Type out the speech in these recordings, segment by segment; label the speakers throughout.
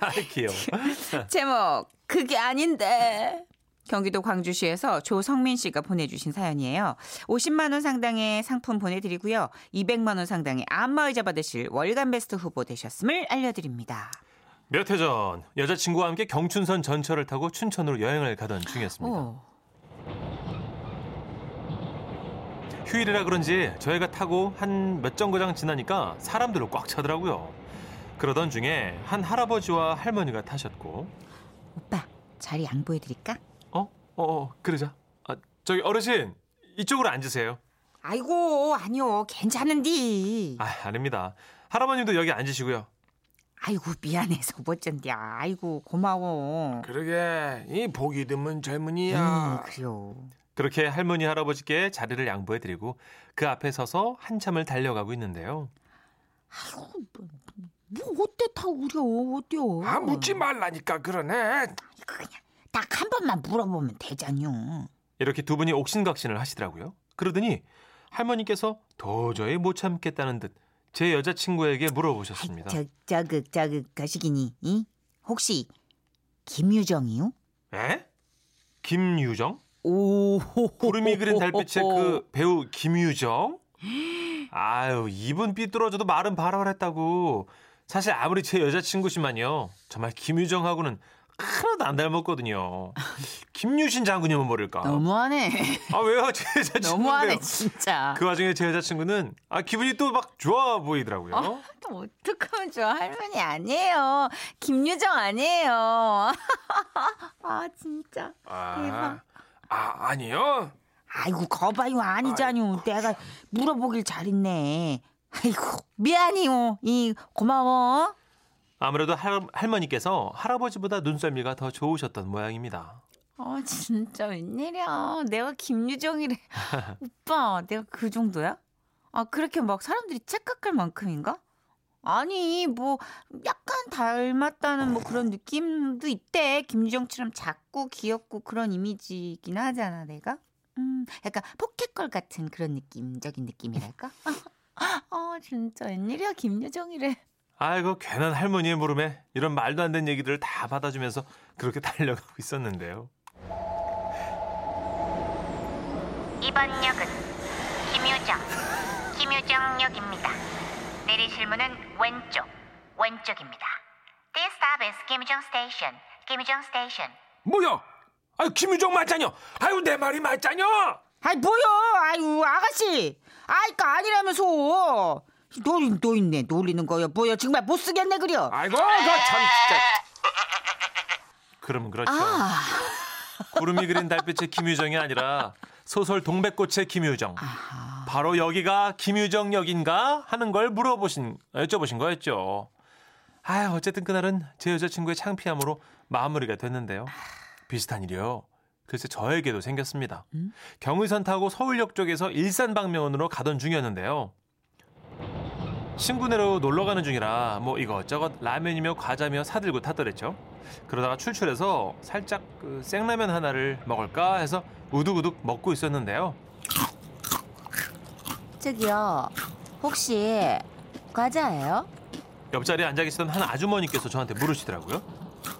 Speaker 1: 아, 귀여워.
Speaker 2: 제목 그게 아닌데 경기도 광주시에서 조성민 씨가 보내주신 사연이에요. 50만 원 상당의 상품 보내드리고요. 200만 원 상당의 안마의자 받으실 월간 베스트 후보 되셨음을 알려드립니다.
Speaker 1: 몇 해 전 여자친구와 함께 경춘선 전철을 타고 춘천으로 여행을 가던 중이었습니다.
Speaker 2: 오,
Speaker 1: 휴일이라 그런지 저희가 타고 한 몇 정거장 지나니까 사람들로 꽉 차더라고요. 그러던 중에 한 할아버지와 할머니가 타셨고
Speaker 2: 오빠 자리 양보해드릴까?
Speaker 1: 어? 어, 어 그러자. 아, 저기 어르신 이쪽으로 앉으세요.
Speaker 2: 아이고 아니요 괜찮은디.
Speaker 1: 아, 아닙니다. 할아버님도 여기 앉으시고요.
Speaker 2: 아이고 미안해서 못 전디야. 아이고 고마워.
Speaker 3: 그러게 이 보기 드문
Speaker 2: 음,
Speaker 1: 아,
Speaker 3: 젊은이야.
Speaker 2: 그래요.
Speaker 1: 그렇게 할머니 할아버지께 자리를 양보해 드리고 그 앞에 서서 한참을 달려가고 있는데요.
Speaker 2: 아이고 뭐, 뭐 어때 다 우려 어때요?
Speaker 3: 아 묻지 말라니까 그러네.
Speaker 2: 그냥 딱 한 번만 물어보면 되잖요.
Speaker 1: 이렇게 두 분이 옥신각신을 하시더라고요. 그러더니 할머니께서 도저히 못 참겠다는 듯 제 여자친구에게 물어보셨습니다.
Speaker 2: 저, 저극 저극 거시기니 이? 혹시 김유정이요?
Speaker 1: 에? 김유정?
Speaker 2: 오
Speaker 1: 구름이 그린 달빛의 그 배우 김유정? 아유, 입은 삐뚤어져도 말은 바라을 했다고. 사실 아무리 제 여자친구지만요. 정말 김유정하고는 하나도 안 닮았거든요. 김유신 장군님은 모를까?
Speaker 2: 너무하네
Speaker 1: 아, 왜요? 제 여자친구인데요.
Speaker 2: 너무하네 진짜
Speaker 1: 그 와중에 제 여자친구는 아, 기분이 또 막 좋아 보이더라고요.
Speaker 2: 아, 또 어떡하면 저 할머니 아니에요 김유정 아니에요 아 진짜
Speaker 3: 아,
Speaker 2: 대박.
Speaker 3: 아 아니요.
Speaker 2: 아이고 거봐요 아니잖요 내가 물어보길 잘했네 아이고 미안해요 이 고마워
Speaker 1: 아무래도 할, 할머니께서 할아버지보다 눈썰미가 더 좋으셨던 모양입니다.
Speaker 2: 아 진짜 웬일이야 내가 김유정이래 오빠 내가 그 정도야? 아 그렇게 막 사람들이 착각할 만큼인가? 아니 뭐 약간 닮았다는 뭐 그런 느낌도 있대 김유정처럼 작고 귀엽고 그런 이미지긴 하잖아 내가 음 약간 포켓걸 같은 그런 느낌적인 느낌이랄까? 아 진짜 웬일이야 김유정이래
Speaker 1: 아이고 괜한 할머니의 물음에 이런 말도 안 되는 얘기들을 다 받아주면서 그렇게 달려가고 있었는데요.
Speaker 4: 이번 역은 김유정, 김유정역입니다. 내리실 문은 왼쪽, 왼쪽입니다. This stop is 김유정 Station, 김유정 Station.
Speaker 3: 뭐야? 아 김유정 맞잖여. 아유 내 말이 맞잖여.
Speaker 2: 아이 뭐야 아유 아가씨 아이까 아니라면서 노린 노인네 놀리는 거야 뭐야 정말 못 쓰겠네 그려
Speaker 3: 아이고 그참 진짜.
Speaker 1: 그러면 그렇죠.
Speaker 2: 아.
Speaker 1: 구름이 그린 달빛의 김유정이 아니라 소설 동백꽃의 김유정.
Speaker 2: 아.
Speaker 1: 바로 여기가 김유정 역인가 하는 걸 물어보신 여쭤보신 거였죠. 아유 어쨌든 그날은 제 여자친구의 창피함으로 마무리가 됐는데요. 비슷한 일이요. 글쎄 저에게도 생겼습니다. 경의선 타고 서울역 쪽에서 일산 방면으로 가던 중이었는데요. 친구네로 놀러 가는 중이라 뭐 이것저것 라면이며 과자며 사들고 타더랬죠. 그러다가 출출해서 살짝 그 생라면 하나를 먹을까 해서 우두구둑 먹고 있었는데요.
Speaker 2: 저기요 혹시 과자예요?
Speaker 1: 옆자리에 앉아 계시던 한 아주머니께서 저한테 물으시더라고요.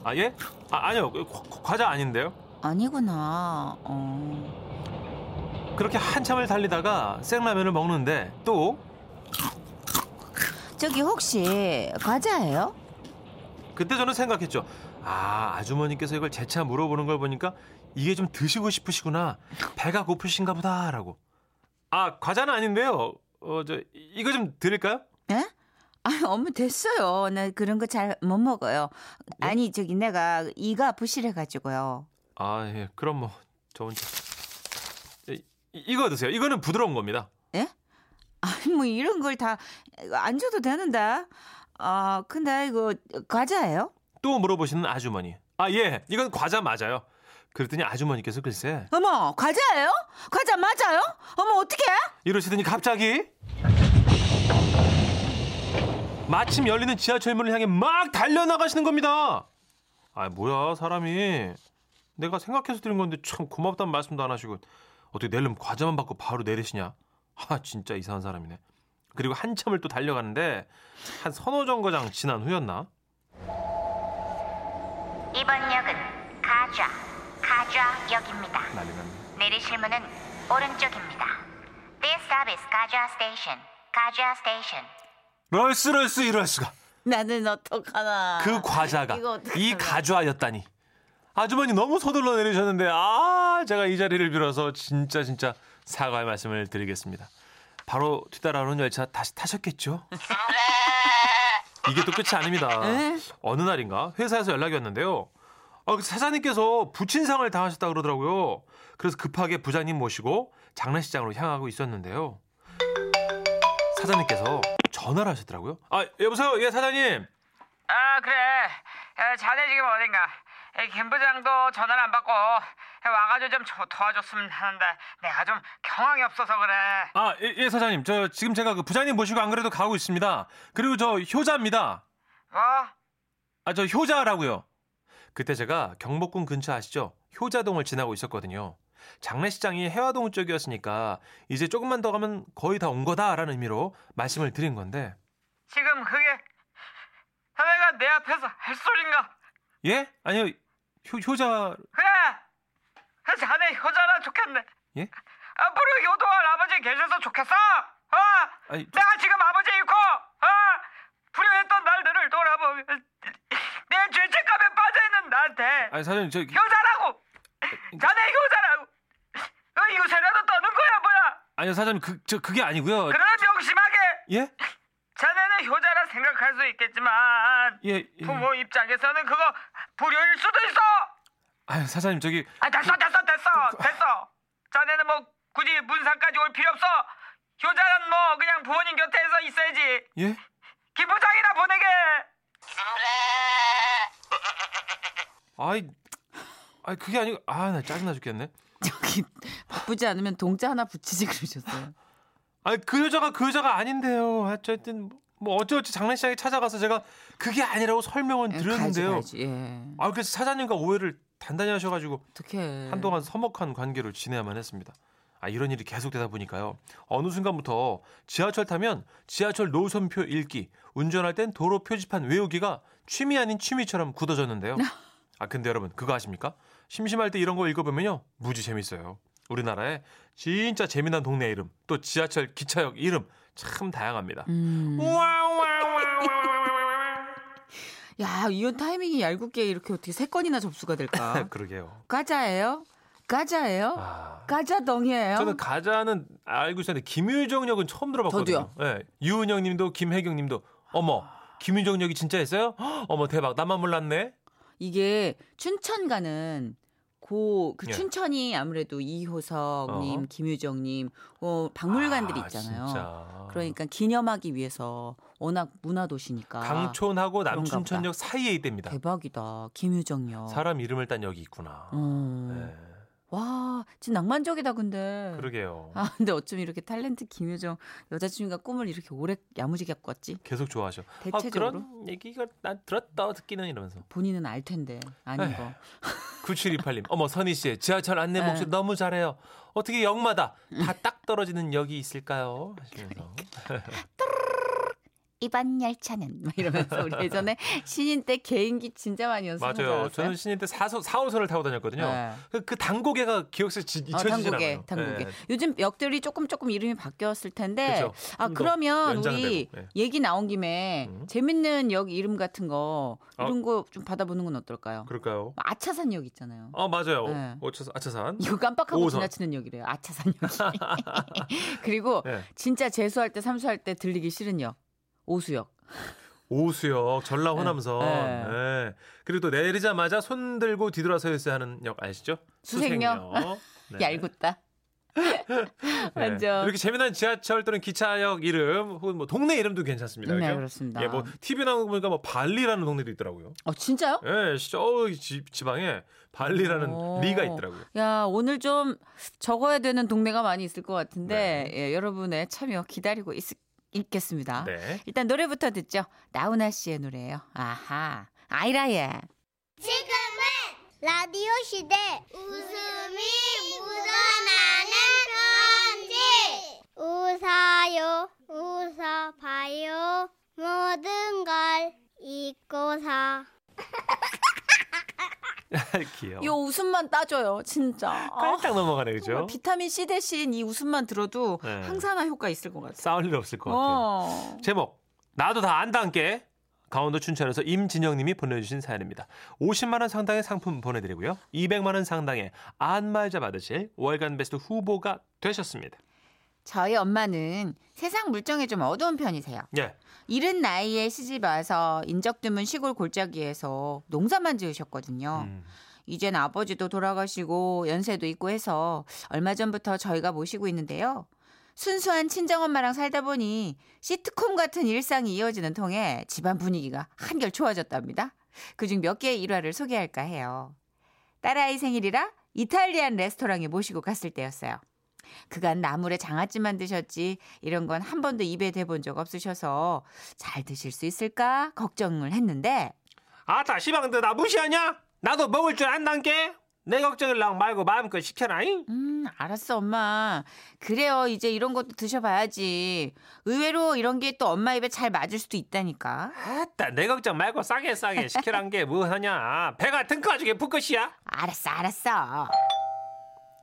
Speaker 1: 아 예? 아 아니요 그 과- 과- 과자 아닌데요.
Speaker 2: 아니구나 어.
Speaker 1: 그렇게 한참을 달리다가 생라면을 먹는데 또
Speaker 2: 저기 혹시 과자예요?
Speaker 1: 그때 저는 생각했죠. 아 아주머니께서 이걸 재차 물어보는 걸 보니까 이게 좀 드시고 싶으시구나. 배가 고프신가 보다라고. 아 과자는 아닌데요. 어 저 이거 좀 드릴까요?
Speaker 2: 예? 아 어머 됐어요 나 그런 거 잘 못 먹어요 아니 저기 내가 이가 부실해가지고요
Speaker 1: 아, 예. 그럼 뭐, 저 혼자. 이, 이거 드세요. 이거는 부드러운 겁니다.
Speaker 2: 아니 뭐 이런 걸 다 안 줘도 되는데 아 근데 이거 과자예요?
Speaker 1: 또 물어보시는 아주머니. 아, 예. 이건 과자 맞아요. 그랬더니 아주머니께서 글쎄
Speaker 2: 어머 과자예요? 과자 맞아요? 어머 어떻게?
Speaker 1: 이러시더니 갑자기 마침 열리는 지하철문을 향해 막 달려나가시는 겁니다. 아, 뭐야, 사람이. 내가 생각해서 드린 건데 참 고맙다는 말씀도 안 하시고 어떻게 낼름 과자만 받고 바로 내리시냐. 아, 진짜 이상한 사람이네. 그리고 한참을 또 달려가는데 한 선호 정거장 지난 후였나?
Speaker 4: 이번 역은 가좌, 가좌역입니다.
Speaker 1: 난리 났네.
Speaker 4: 내리실 문은 오른쪽입니다. This stop is 가좌 station. 가좌 station.
Speaker 1: 럴스 럴스 이럴 수가.
Speaker 2: 나는 어떡하나.
Speaker 1: 그 과자가
Speaker 2: 아, 이거 어떡하나.
Speaker 1: 이 가좌였다니. 아주머니 너무 서둘러 내리셨는데 아 제가 이 자리를 빌어서 진짜 진짜 사과의 말씀을 드리겠습니다. 바로 뒤따라오는 열차 다시 타셨겠죠? 이게 또 끝이 아닙니다.
Speaker 2: 에?
Speaker 1: 어느 날인가 회사에서 연락이 왔는데요. 아, 그 사장님께서 부친상을 당하셨다 그러더라고요. 그래서 급하게 부장님 모시고 장례식장으로 향하고 있었는데요. 사장님께서 전화를 하시더라고요. 아 여보세요, 예 사장님.
Speaker 5: 아 그래 야, 자네 지금 어딘가 에, 김 부장도 전화를 안 받고 에, 와가지고 좀 조- 도와줬으면 하는데 내가 좀 경황이 없어서 그래
Speaker 1: 아, 예, 예, 사장님. 저 지금 제가 그 부장님 모시고 안 그래도 가고 있습니다. 그리고 저 효자입니다.
Speaker 5: 어?
Speaker 1: 아, 저 효자라고요. 그때 제가 경복궁 근처 아시죠? 효자동을 지나고 있었거든요. 장례식장이 해화동 쪽이었으니까 이제 조금만 더 가면 거의 다 온 거다라는 의미로 말씀을 드린 건데.
Speaker 5: 지금 그게 자네가 내 앞에서 할 소린가
Speaker 1: 예? 아니요. 효, 효자
Speaker 5: 그래 아, 자네 효자라 좋겠네
Speaker 1: 예?
Speaker 5: 앞으로 효도할 아버지 계셔서 좋겠어 어?
Speaker 1: 아니, 저-
Speaker 5: 내가 지금 아버지 잃고 어? 불효했던 날들을 돌아보면 내 죄책감에 빠져있는 나한테
Speaker 1: 아니 사장님 저
Speaker 5: 효자라고! 자네 효자라고! 어, 요새라도 떠는 거야 뭐야?
Speaker 1: 아니요 사장님 그 저 그게 아니고요.
Speaker 5: 그러나 명심하게
Speaker 1: 예?
Speaker 5: 자네는 효자라 생각할 수 있겠지만
Speaker 1: 예. 예.
Speaker 5: 부모 입장에서는 그거 불효일 수도 있어!
Speaker 1: 아유, 사장님 저기
Speaker 5: 아 됐어 됐어 됐어 됐어! 자네는 뭐 굳이 문상까지 올 필요 없어! 효자는 뭐 그냥 부모님 곁에서 있어야지
Speaker 1: 예?
Speaker 5: 기부장이나 보내게!
Speaker 1: 아이 아이 그게 아니고 아 나 짜증나 죽겠네.
Speaker 2: 저기 바쁘지 않으면 동자 하나 붙이지 그러셨어요.
Speaker 1: 아니 그 여자가 그 여자가 아닌데요. 어쨌든 뭐 어찌어찌 장례식장에 찾아가서 제가 그게 아니라고 설명은 드렸는데요.
Speaker 2: 예, 가야지, 가야지. 예.
Speaker 1: 아 그래서 사장님과 오해를 단단히 하셔가지고
Speaker 2: 어떻게
Speaker 1: 한동안 서먹한 관계로 지내야만 했습니다. 아 이런 일이 계속되다 보니까요. 어느 순간부터 지하철 타면 지하철 노선표 읽기, 운전할 땐 도로 표지판 외우기가 취미 아닌 취미처럼 굳어졌는데요. 아 근데 여러분 그거 아십니까? 심심할 때 이런 거 읽어보면요 무지 재밌어요. 우리나라의 진짜 재미난 동네 이름, 또 지하철 기차역 이름 참 다양합니다.
Speaker 2: 음. 야 이런 타이밍이 얄궂게 이렇게 어떻게 세 건이나 접수가 될까?
Speaker 1: 그러게요.
Speaker 2: 까자예요? 까자예요?
Speaker 1: 네. 아.
Speaker 2: 까자덩이에요?
Speaker 1: 저는 가자는 알고 있었는데 김유정 역은 처음 들어봤거든요. 예. 유은영 님도 김혜경 님도 어머 김유정 역이 진짜 있어요? 헉, 어머 대박 나만 몰랐네.
Speaker 2: 이게 춘천 가는 고, 그
Speaker 1: 예.
Speaker 2: 춘천이 아무래도 이호석님,
Speaker 1: 어허.
Speaker 2: 김유정님, 어, 박물관들이
Speaker 1: 아,
Speaker 2: 있잖아요.
Speaker 1: 진짜.
Speaker 2: 그러니까 기념하기 위해서 워낙 문화도시니까.
Speaker 1: 강촌하고
Speaker 2: 그런가
Speaker 1: 남춘천역 사이에 있답니다.
Speaker 2: 대박이다. 김유정요.
Speaker 1: 사람 이름을 딴 역이 있구나.
Speaker 2: 어.
Speaker 1: 예,
Speaker 2: 와, 진짜 낭만적이다, 근데.
Speaker 1: 그러게요.
Speaker 2: 아, 근데 어쩜 이렇게 탤런트 김유정 여자친구가 꿈을 이렇게 오래 야무지게 꿨지?
Speaker 1: 계속 좋아하셔.
Speaker 2: 대체적으로?
Speaker 1: 아, 그런 얘기가 난 들었다 듣기는 이러면서.
Speaker 2: 본인은 알 텐데, 아닌
Speaker 1: 에휴.
Speaker 2: 거.
Speaker 1: 9728님. 어머 선희 씨의 지하철 안내
Speaker 2: 네.
Speaker 1: 목소리 너무 잘해요. 어떻게 역마다
Speaker 2: 음.
Speaker 1: 다 딱 떨어지는 역이 있을까요?
Speaker 2: 그러니까.
Speaker 1: 하시면서.
Speaker 4: 이번 열차는
Speaker 2: 막 이러면서 우리 예전에 신인 때 개인기 진짜 많이 연습한 거
Speaker 1: 맞아요.
Speaker 2: 알았어요?
Speaker 1: 저는 신인 때 4호, 4호선을 타고 다녔거든요.
Speaker 2: 네.
Speaker 1: 그, 그 단고개가 기억에 잊혀지지
Speaker 2: 어,
Speaker 1: 않아요.
Speaker 2: 당국에, 당국에.
Speaker 1: 네.
Speaker 2: 요즘 역들이 조금 조금 이름이 바뀌었을 텐데.
Speaker 1: 그죠.
Speaker 2: 아
Speaker 1: 좀더
Speaker 2: 그러면
Speaker 1: 연장되고,
Speaker 2: 우리
Speaker 1: 네.
Speaker 2: 얘기 나온 김에
Speaker 1: 음.
Speaker 2: 재밌는 역 이름 같은 거
Speaker 1: 어.
Speaker 2: 이런 거 좀 받아보는 건 어떨까요?
Speaker 1: 그럴까요?
Speaker 2: 아차산 역 있잖아요.
Speaker 1: 아 맞아요.
Speaker 2: 네.
Speaker 1: 오차산, 아차산.
Speaker 2: 이거 깜빡하고
Speaker 1: 오호선.
Speaker 2: 지나치는 역이래요. 아차산 역이. 그리고
Speaker 1: 네.
Speaker 2: 진짜 재수할 때 삼수할 때 들리기 싫은 역. 오수역.
Speaker 1: 오수역, 전라 호남선.
Speaker 2: 네.
Speaker 1: 네. 그리고 또 내리자마자 손 들고 뒤돌아서 있어야 하는 역 아시죠?
Speaker 2: 수색역.
Speaker 1: 네.
Speaker 2: 얄궂다.
Speaker 1: 네.
Speaker 2: 완전.
Speaker 1: 이렇게 재미난 지하철 또는 기차역 이름 혹은 뭐 동네 이름도 괜찮습니다.
Speaker 2: 네,
Speaker 1: 그죠?
Speaker 2: 그렇습니다.
Speaker 1: 예, 뭐 TV 나오는 거 보니까 뭐 발리라는 동네도 있더라고요.
Speaker 2: 어 진짜요?
Speaker 1: 예, 저 지- 지방에 발리라는
Speaker 2: 오.
Speaker 1: 리가 있더라고요.
Speaker 2: 야, 오늘 좀 적어야 되는 동네가 많이 있을 것 같은데, 예, 여러분의 참여 기다리고 있, 겠습니다
Speaker 1: 네.
Speaker 2: 일단 노래부터 듣죠. 나훈아 씨의 노래예요. 아하. 아이라예.
Speaker 6: 지금은 라디오 시대 웃음이 묻어나는 편지 웃어요 웃어
Speaker 1: 네. 귀여워.
Speaker 2: 요 웃음만 따줘요, 진짜. 아,
Speaker 1: 깔딱 넘어가네 어. 그죠?
Speaker 2: 정말 비타민 C 대신 이 웃음만 들어도
Speaker 1: 네.
Speaker 2: 항산화 효과 있을 것 같아요.
Speaker 1: 싸울 일 없을 것 같아요.
Speaker 2: 어.
Speaker 1: 제목 나도 다 안단께 강원도 춘천에서 임진영님이 보내주신 사연입니다. 50만 원 상당의 상품 보내드리고요. 200만 원 상당의 안마의자 받으실 월간 베스트 후보가 되셨습니다.
Speaker 2: 저희 엄마는 세상 물정에 좀 어두운 편이세요.
Speaker 1: 예,
Speaker 2: 이른 나이에 시집 와서 인적 드문 시골 골짜기에서 농사만 지으셨거든요.
Speaker 1: 음,
Speaker 2: 이젠 아버지도 돌아가시고 연세도 있고 해서 얼마 전부터 저희가 모시고 있는데요. 순수한 친정엄마랑 살다 보니 시트콤 같은 일상이 이어지는 통에 집안 분위기가 한결 좋아졌답니다. 그중 몇 개의 일화를 소개할까 해요. 딸아이 생일이라 이탈리안 레스토랑에 모시고 갔을 때였어요. 그간 나물에 장아찌만 드셨지 이런 건 한 번도 입에 대본 적 없으셔서 잘 드실 수 있을까 걱정을 했는데
Speaker 3: 아따 시방들 나 무시하냐? 나도 먹을 줄 안단께. 내 걱정일랑 말고 마음껏 시켜라잉.
Speaker 2: 음, 알았어, 엄마. 그래요. 이제 이런 것도 드셔봐야지. 의외로 이런 게 또 엄마 입에 잘 맞을 수도 있다니까.
Speaker 3: 아따 내 걱정 말고 싸게 싸게 시키란 게 뭐하냐? 배가 등가죽에 붓것이야.
Speaker 2: 알았어, 알았어.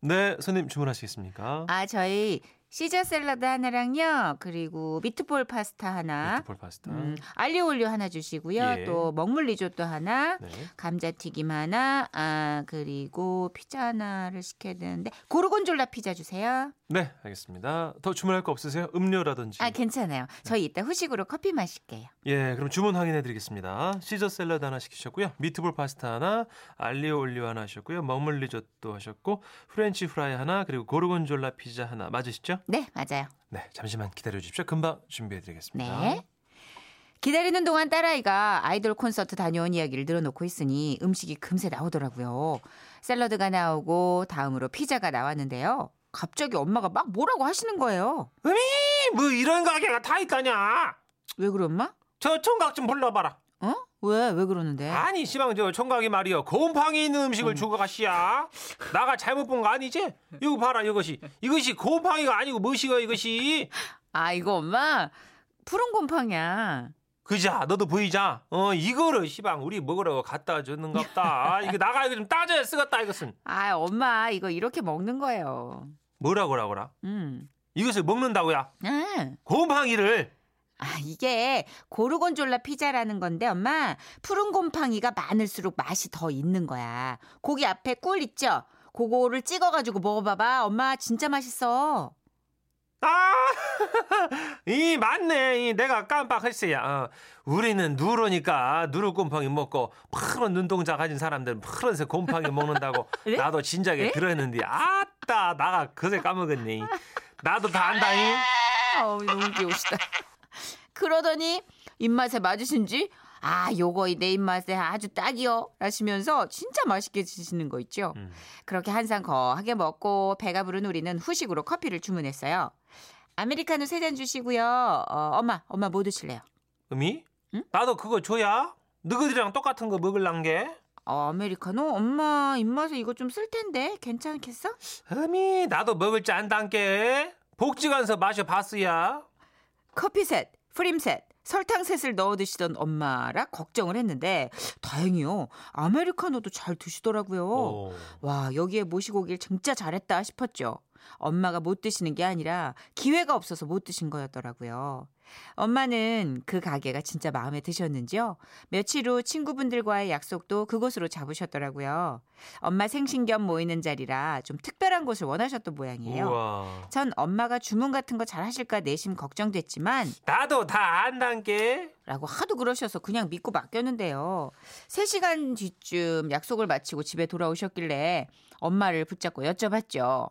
Speaker 1: 네, 손님 주문하시겠습니까?
Speaker 2: 아, 저희 시저 샐러드 하나랑요. 그리고 미트볼 파스타 하나.
Speaker 1: 미트볼 파스타.
Speaker 2: 음, 알리오 올리오 하나 주시고요.
Speaker 1: 예.
Speaker 2: 또 먹물 리조또 하나.
Speaker 1: 네.
Speaker 2: 감자튀김 하나, 아, 그리고 피자 하나를 시켜야 되는데, 고르곤졸라 피자 주세요.
Speaker 1: 네, 알겠습니다. 더 주문할 거 없으세요? 음료라든지.
Speaker 2: 아, 괜찮아요. 저희 이따 후식으로 커피 마실게요.
Speaker 1: 예, 그럼 주문 확인해드리겠습니다. 시저 샐러드 하나 시키셨고요. 미트볼 파스타 하나, 알리오 올리오 하나 하셨고요. 먹물 리조또 하셨고, 프렌치 프라이 하나, 그리고 고르곤졸라 피자 하나 맞으시죠?
Speaker 2: 네, 맞아요.
Speaker 1: 네, 잠시만 기다려 주십시오. 금방 준비해 드리겠습니다.
Speaker 2: 네. 기다리는 동안 딸아이가 아이돌 콘서트 다녀온 이야기를 늘어놓고 있으니 음식이 금세 나오더라고요. 샐러드가 나오고 다음으로 피자가 나왔는데요. 갑자기 엄마가 막 뭐라고 하시는 거예요.
Speaker 3: 뭐 이런 가게가 다 있다냐?
Speaker 2: 왜 그래 엄마?
Speaker 3: 저 총각 좀 불러봐라.
Speaker 2: 어? 왜 왜 그러는데?
Speaker 3: 아니 시방 저 총각이 말이여 곰팡이 있는 음식을 주고 가시야. 나가 잘못 본 거 아니지? 이거 봐라 이것이 이것이 곰팡이가 아니고 무엇이가 이것이.
Speaker 2: 아 이거 엄마 푸른 곰팡이야.
Speaker 3: 그자 너도 보이자 어 이거를 시방 우리 먹으러 갖다 줬는갑다 아, 이거 나가 이거 좀 따져야 쓰겠다 이것은
Speaker 2: 아 엄마 이거 이렇게 먹는 거예요.
Speaker 3: 뭐라고라고라
Speaker 2: 음.
Speaker 3: 이것을 먹는다고야
Speaker 2: 아.
Speaker 3: 곰팡이를
Speaker 2: 아, 이게 고르곤졸라 피자라는 건데, 엄마, 푸른 곰팡이가 많을수록 맛이 더 있는 거야. 고기 앞에 꿀 있죠? 그거를 찍어가지고 먹어봐봐. 엄마, 진짜 맛있어.
Speaker 3: 아, 아이 맞네 이 내가 깜빡했어요 어, 우리는 누르니까 누르 곰팡이 먹고 푸른 눈동자 가진 사람들은 푸른색 곰팡이 먹는다고
Speaker 2: 네?
Speaker 3: 나도 진작에
Speaker 2: 네?
Speaker 3: 들었는데 아따 나가 그새 까먹었네 나도 다 안다잉
Speaker 2: 아우, 너무 귀여우시다. 그러더니, 입맛에 맞으신지, 아, 요거 내 입맛에 아주 딱이요. 라시면서 진짜 맛있게 드시는 거 있죠?
Speaker 1: 음.
Speaker 2: 그렇게 한상 거하게 먹고 배가 부른 우리는 후식으로 커피를 주문했어요. 아메리카노 세 잔 주시고요. 어, 엄마, 엄마 뭐 드실래요?
Speaker 3: 음이
Speaker 2: 응?
Speaker 3: 나도 그거 줘야 너희들이랑 똑같은 거 먹을란 게
Speaker 2: 어, 아메리카노? 엄마 입맛에 이거 좀 쓸 텐데 괜찮겠어?
Speaker 3: 흠이 나도 먹을 줄 안단께 복지관서 마셔봤어야
Speaker 2: 커피셋, 프림셋, 설탕셋을 넣어 드시던 엄마라 걱정을 했는데 다행이요. 아메리카노도 잘 드시더라고요.
Speaker 3: 어.
Speaker 1: 오.
Speaker 2: 와 여기에 모시고 오길 진짜 잘했다 싶었죠. 엄마가 못 드시는 게 아니라 기회가 없어서 못 드신 거였더라고요. 엄마는 그 가게가 진짜 마음에 드셨는지요. 며칠 후 친구분들과의 약속도 그곳으로 잡으셨더라고요. 엄마 생신 겸 모이는 자리라 좀 특별한 곳을 원하셨던 모양이에요.
Speaker 1: 우와.
Speaker 2: 전 엄마가 주문 같은 거 잘하실까 내심 걱정됐지만
Speaker 3: 나도 다 안단께
Speaker 2: 라고 하도 그러셔서 그냥 믿고 맡겼는데요. 3시간 뒤쯤 약속을 마치고 집에 돌아오셨길래 엄마를 붙잡고 여쭤봤죠.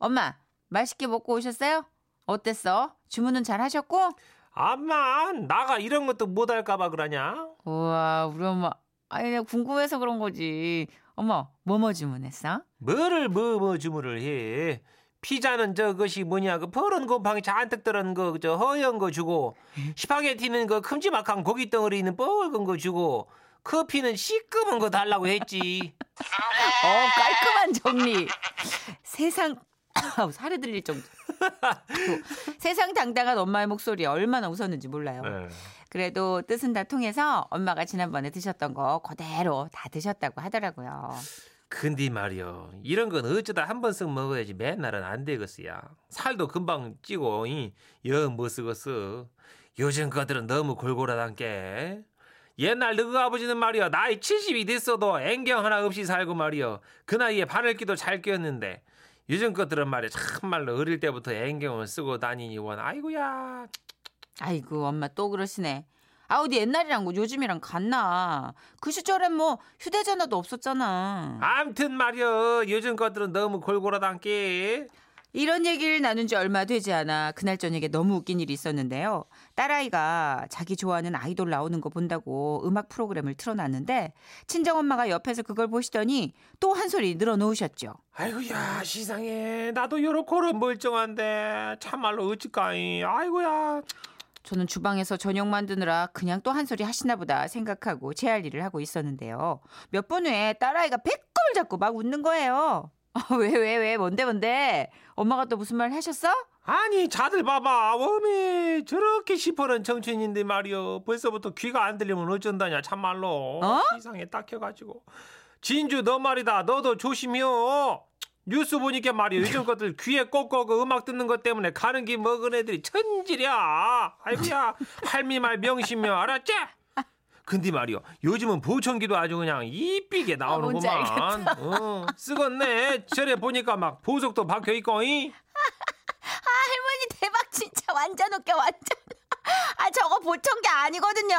Speaker 2: 엄마, 맛있게 먹고 오셨어요? 어땠어? 주문은 잘 하셨고?
Speaker 3: 아마 나가 이런 것도 못할까봐 그러냐
Speaker 2: 우와, 우리 엄마. 아니, 내가 궁금해서 그런 거지. 엄마, 뭐뭐 주문했어?
Speaker 3: 뭐를 뭐 뭐 주문을 해 피자는 저것이 뭐냐 그 푸른 곰팡이 잔뜩 들은 거저 허연 거 주고 스파게티는 그 큼지막한 고기 덩어리 있는 뻘건 거 주고 커피는 시꺼먼 거 달라고 했지
Speaker 2: 어, 깔끔한 정리. 세상 아우, 살이 들릴
Speaker 3: 예.
Speaker 2: 정도. 세상 당당한 엄마의 목소리에 얼마나 웃었는지 몰라요.
Speaker 1: 네.
Speaker 2: 그래도 뜻은 다 통해서 엄마가 지난번에 드셨던 거 그대로 다 드셨다고 하더라고요.
Speaker 3: 근데 말이요 이런 건 어쩌다 한 번씩 먹어야지 맨날은 안 되겠어야 살도 금방 찌고 여못 쓰겠어 요즘 것들은 너무 골골하단께 옛날 너희 아버지는 말이요 나이 70이 됐어도 앵경 하나 없이 살고 말이요 그 나이에 바늘기도 잘 꼈는데 요즘 것들은 말이야 참말로 어릴 때부터 앵경을 쓰고 다니니 원 아이고야
Speaker 2: 아이고 엄마 또 그러시네. 아 어디 옛날이랑 뭐 요즘이랑 같나? 그 시절엔 뭐 휴대전화도 없었잖아.
Speaker 3: 암튼 말이요 요즘 것들은 너무 골골하단께
Speaker 2: 이런 얘기를 나눈 지 얼마 되지 않아 그날 저녁에 너무 웃긴 일이 있었는데요. 딸아이가 자기 좋아하는 아이돌 나오는 거 본다고 음악 프로그램을 틀어놨는데 친정엄마가 옆에서 그걸 보시더니 또 한 소리 늘어놓으셨죠.
Speaker 3: 아이고야 시상해 나도 요렇고는 멀쩡한데 참말로 어찌까이 아이고야
Speaker 2: 저는 주방에서 저녁 만드느라 그냥 또 한 소리 하시나 보다 생각하고 제 할 일을 하고 있었는데요. 몇 분 후에 딸아이가 배꼽을 잡고 막 웃는 거예요. 아, 왜 왜 왜 뭔데 뭔데 엄마가 또 무슨 말 하셨어?
Speaker 3: 아니 자들 봐봐 어미 저렇게 시퍼런 청춘인데 말이여 벌써부터 귀가 안 들리면 어쩐다냐 참말로
Speaker 2: 어?
Speaker 3: 시상에 딱 켜가지고 진주 너 말이다 너도 조심해요 뉴스 보니까 말이야 요즘
Speaker 2: 네.
Speaker 3: 것들 귀에 꽂고 음악 듣는 것 때문에 가는 길 먹은 애들이 천지야 아이고야 할미 말 명심이여 알았지? 근데 말이요 요즘은 보청기도 아주 그냥 이삐게
Speaker 2: 아, 뭔지
Speaker 3: 나오는구만 어, 쓰겄네 저래 보니까 막 보석도 박혀있고 잉?
Speaker 2: 할머니 대박 진짜 완전 웃겨 완전 아 저거 보청기 아니거든요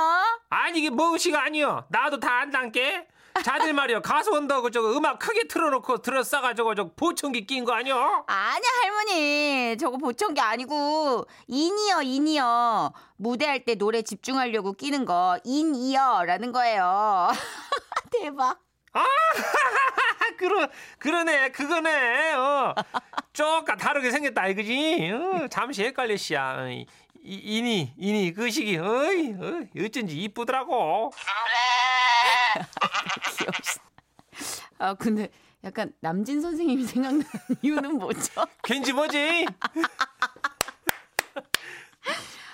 Speaker 3: 아니 이게 뭐시가 아니여 나도 다 안단께 자들 말이여 가수 온다고 저거 음악 크게 틀어놓고 들어싸가지고 저 보청기 낀 거 아니여
Speaker 2: 아니 할머니 저거 보청기 아니고 인이어 인이어 무대할 때 노래 집중하려고 끼는 거 인이어라는 거예요 대박
Speaker 3: 아 그러, 그러네 그거네 어. 쪼까 다르게 생겼다 이거지 어, 잠시 헷갈려 씨야 어, 이- 이- 이니 이니 그 시기 어이 어이, 어쩐지 이쁘더라고
Speaker 2: 귀엽시다 아 근데 약간 남진 선생님이 생각나는 이유는 뭐죠?
Speaker 3: 걘지 뭐지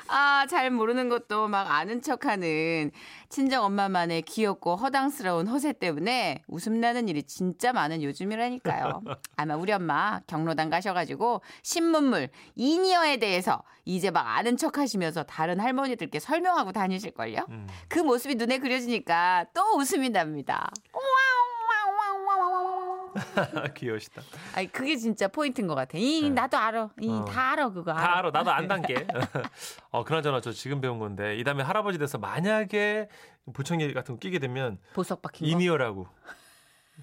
Speaker 2: 아 잘 모르는 것도 막 아는 척하는 친정 엄마만의 귀엽고 허당스러운 허세 때문에 웃음 나는 일이 진짜 많은 요즘이라니까요. 아마 우리 엄마 경로당 가셔가지고 신문물 이니어에 대해서 이제 막 아는 척하시면서 다른 할머니들께 설명하고 다니실걸요. 그 모습이 눈에 그려지니까 또 웃음이 납니다.
Speaker 3: 귀여우시다
Speaker 2: 아니 그게 진짜 포인트인 것 같아.
Speaker 1: 네.
Speaker 2: 이 나도 알아. 이 다 알아 그거.
Speaker 3: 다 알아 나도 안단께
Speaker 1: 어, 그나저나 저 지금 배운 건데 이 다음에 할아버지 돼서 만약에 보청기 같은 거 끼게 되면
Speaker 2: 보석 박힌 거.
Speaker 1: 이니어라고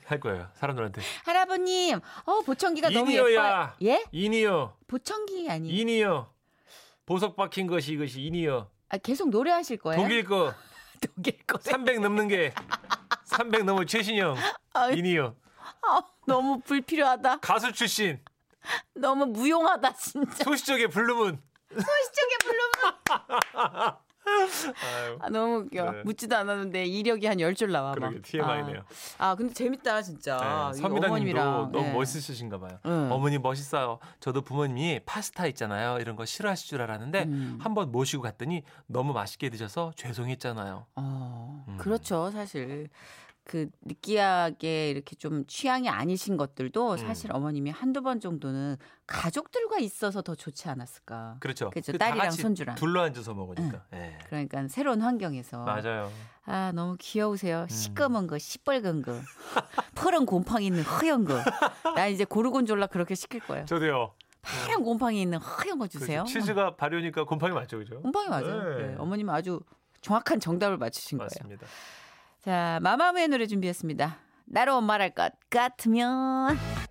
Speaker 1: 할 거예요. 사람들한테.
Speaker 2: 할아버님, 어 보청기가 너무 예뻐요.
Speaker 1: 이니어야.
Speaker 2: 예?
Speaker 1: 이니어.
Speaker 2: 보청기 아니.
Speaker 1: 이니어. 보석 박힌 것이 이것이 이니어.
Speaker 2: 아, 계속 노래하실 거예요?
Speaker 1: 독일 거
Speaker 2: 독일 거.
Speaker 1: 300 넘는 게 300 넘은 최신형
Speaker 2: 아이.
Speaker 1: 이니어.
Speaker 2: 아, 너무 불필요하다.
Speaker 1: 가수 출신.
Speaker 2: 너무 무용하다 진짜.
Speaker 1: 소시적의 블루문.
Speaker 2: 시청에 불러봐.
Speaker 1: 아유.
Speaker 2: 아, 너무 웃겨.
Speaker 1: 네.
Speaker 2: 묻지도 않았는데 이력이 한 열 줄 나와. 막.
Speaker 1: 그러게, TMI네요.
Speaker 2: 아, 아, 근데 재밌다 진짜.
Speaker 1: 네,
Speaker 2: 아, 이
Speaker 1: 선미다님도
Speaker 2: 어머님이랑.
Speaker 1: 너무
Speaker 2: 네.
Speaker 1: 멋있으신가 봐요.
Speaker 2: 응.
Speaker 1: 어머니 멋있어요. 저도 부모님이 파스타 있잖아요. 이런 거 싫어하실 줄 알았는데
Speaker 2: 음.
Speaker 1: 한번 모시고 갔더니 너무 맛있게 드셔서 죄송했잖아요.
Speaker 2: 어,
Speaker 1: 음.
Speaker 2: 그렇죠 사실. 그 느끼하게 이렇게 좀 취향이 아니신
Speaker 1: 음.
Speaker 2: 것들도 사실 어머님이 한두 번 정도는 가족들과 있어서 더 좋지 않았을까.
Speaker 1: 그렇죠.
Speaker 2: 그렇죠.
Speaker 1: 그다
Speaker 2: 딸이랑
Speaker 1: 같이
Speaker 2: 손주랑.
Speaker 1: 둘러 앉아서 먹으니까. 예.
Speaker 2: 그러니까 새로운 환경에서
Speaker 1: 맞아요. 음.
Speaker 2: 아 너무 귀여우세요. 시꺼먼 거, 시뻘건 거, 푸른 곰팡이 있는 허연 거. 나 이제 고르곤졸라 그렇게 시킬 거예요.
Speaker 1: 저도요.
Speaker 2: 파란 곰팡이 있는 허연 거 주세요.
Speaker 1: 그렇죠. 치즈가 발효니까 곰팡이 맞죠, 그죠?
Speaker 2: 곰팡이 맞아요.
Speaker 1: 네.
Speaker 2: 네, 어머님 아주 정확한 정답을 맞추신 거예요.
Speaker 1: 맞습니다.
Speaker 2: 자 마마무의 노래 준비했습니다. 나로 엄마랄 것 같으면